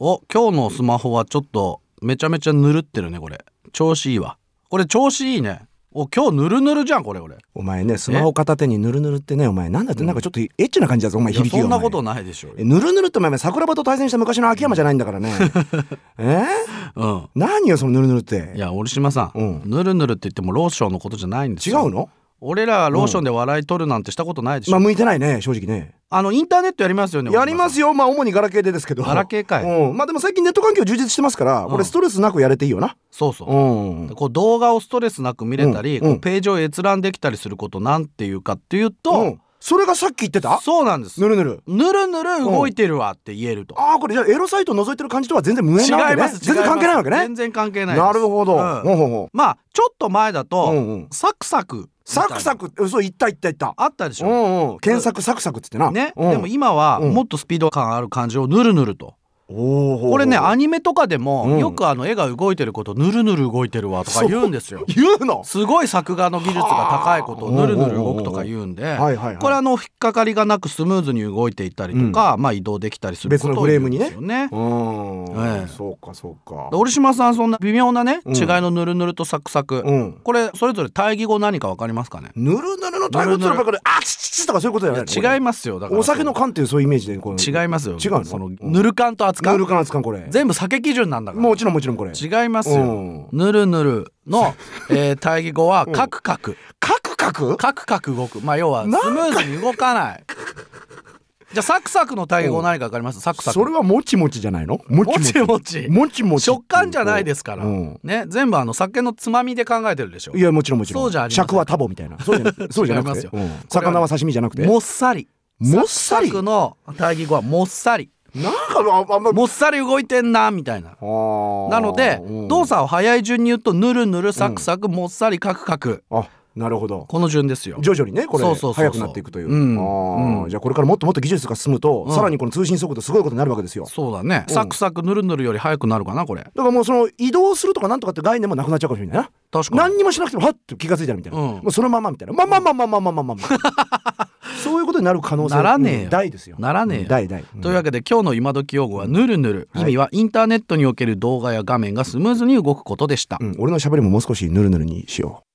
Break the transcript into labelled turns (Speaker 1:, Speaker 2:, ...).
Speaker 1: お今日のスマホはちょっとめちゃめちゃぬるってるねこれ調子いいわこれ調子いいねお今日ぬるぬるじゃんこれ俺
Speaker 2: お前ねスマホ片手にぬるぬるってねお前なんだってなんかちょっとエッチな感じだぞお前
Speaker 1: いや
Speaker 2: 響きが
Speaker 1: そんなこ
Speaker 2: お
Speaker 1: と
Speaker 2: 前
Speaker 1: ないでしょうよ
Speaker 2: えぬるぬるってお前桜庭と対戦した昔の秋山じゃないんだか らねえー
Speaker 1: うん
Speaker 2: 何よそのぬるぬるって
Speaker 1: いや折島さん、
Speaker 2: う
Speaker 1: ぬるぬるって言ってもローションのことじゃないんです
Speaker 2: 違
Speaker 1: よ
Speaker 2: うの
Speaker 1: 俺らローションで笑い取るなんてしたことないでしょ、
Speaker 2: まあ向いてないね正直ね
Speaker 1: あのインターネットやりますよね
Speaker 2: やります
Speaker 1: よ
Speaker 2: よまあ主にガラケーでですけど
Speaker 1: ガラケーかい
Speaker 2: うん、まあでも最近ネット環境充実してますからこ
Speaker 1: う
Speaker 2: れ
Speaker 1: ん
Speaker 2: ストレスなくやれていいよな
Speaker 1: そうそう
Speaker 2: う、ん
Speaker 1: こう動画をストレスなく見れたり、
Speaker 2: うんうん
Speaker 1: こうページを閲覧できたりすることなんていうかっていうと、
Speaker 2: うんそれがさっき言ってた
Speaker 1: そうなんです
Speaker 2: ぬるぬる
Speaker 1: ぬるぬる動いてるわって言えると、
Speaker 2: ああこれじゃあエロサイト覗いてる感じとは全然無
Speaker 1: 違
Speaker 2: 縁
Speaker 1: い
Speaker 2: なわけね
Speaker 1: ます違います
Speaker 2: 全然関係ないわけね
Speaker 1: 全然関係ないです
Speaker 2: なるほど、
Speaker 1: うん
Speaker 2: ほうほうほう
Speaker 1: まあちょっと前だと、
Speaker 2: うんうん
Speaker 1: サクサク
Speaker 2: サクサ
Speaker 1: ク
Speaker 2: クそう言った言った言った
Speaker 1: あったでし
Speaker 2: う
Speaker 1: ょ、
Speaker 2: んうん検索サクサクっつってな
Speaker 1: ね、
Speaker 2: うん、
Speaker 1: でも今は
Speaker 2: うん
Speaker 1: もっとスピード感ある感じをぬるぬると、
Speaker 2: おーほうほう
Speaker 1: これねアニメとかでも、
Speaker 2: うん
Speaker 1: よくあの絵が動いてることぬるぬる動いてるわとか言うんですよ
Speaker 2: 言うの
Speaker 1: すごい作画の技術が高いことを
Speaker 2: はあ
Speaker 1: ぬるぬる動くとか言うんで、
Speaker 2: はいはいはい
Speaker 1: これあの引っかかりがなくスムーズに動いていったりとか、まあ移動できたりすることを言うんですよね。
Speaker 2: うん、
Speaker 1: ええ
Speaker 2: そうかそうか
Speaker 1: で折島さんそんな微妙なね、
Speaker 2: うん
Speaker 1: 違いのぬるぬるとサクサク、
Speaker 2: うん
Speaker 1: これそれぞれ対義語何かわかりますかね
Speaker 2: ぬるぬるのタイムツルばっかりあちちちとかそういうことじゃないこれ
Speaker 1: 違いますよだから
Speaker 2: お酒の缶っていうそういうイメージでこう
Speaker 1: 違いますよ
Speaker 2: 違うの
Speaker 1: その
Speaker 2: うん
Speaker 1: ぬる感と扱
Speaker 2: ぬ
Speaker 1: う
Speaker 2: るか熱かんこれ
Speaker 1: 全部酒基準なんだから
Speaker 2: もちろんもちろんこれ
Speaker 1: 違います
Speaker 2: う
Speaker 1: よ
Speaker 2: ん
Speaker 1: ぬるぬる の、えー、対義語はカクカク
Speaker 2: カクカク
Speaker 1: カクカク動くまあ要はスム
Speaker 2: なんか
Speaker 1: ーズに動かないじゃあサクサクの対義語何かわかりますサクサク
Speaker 2: それはもちもちじゃないのも
Speaker 1: もちもち
Speaker 2: もちもち
Speaker 1: 食感じゃないですから、
Speaker 2: うん
Speaker 1: ね全部あの酒のつまみで考えてるでしょ
Speaker 2: いやもちろんもちろん
Speaker 1: そうじゃありません
Speaker 2: 尺はタボみたいなそうじゃ なくそうじゃなくて
Speaker 1: 違いますよ
Speaker 2: うん魚は刺身じゃなくて
Speaker 1: もっさり
Speaker 2: もっさ
Speaker 1: サク
Speaker 2: り
Speaker 1: サクの対義語はもっさり
Speaker 2: なんかああんま
Speaker 1: もっさり動いてんなみたいなな
Speaker 2: な
Speaker 1: ので動作を早い順に言うとぬるぬるサクサクもっさりカクカク
Speaker 2: あなるほど
Speaker 1: この順ですよ
Speaker 2: 徐々にねこれ
Speaker 1: そうそうそうそう
Speaker 2: 速くなっていくという
Speaker 1: うん
Speaker 2: あー
Speaker 1: うん
Speaker 2: じゃあこれからもっともっと技術が進むと
Speaker 1: うん
Speaker 2: さらにこの通信速度すごいことになるわけですよ
Speaker 1: そうだね
Speaker 2: うん
Speaker 1: サクサクぬるぬるより早くなるかなこれ
Speaker 2: だからもうその移動するとかなんとかって概念もなくなっちゃうかもしれないな
Speaker 1: 確かに
Speaker 2: 何にもしなくてもはっと気が付いたらみたいな、
Speaker 1: うん
Speaker 2: もうそのままみたいなまあまあまあまあまあまあまあまあ、 そういうことになる可能性
Speaker 1: ならねえよ
Speaker 2: うん大ですよ
Speaker 1: ならねえよ
Speaker 2: うん大大、
Speaker 1: というわけで今日の今時用語はぬるぬる
Speaker 2: はい
Speaker 1: 意味はインターネットにおける動画や画面がスムーズに動くことでした
Speaker 2: うん、俺の喋りももう少しぬるぬるにしよう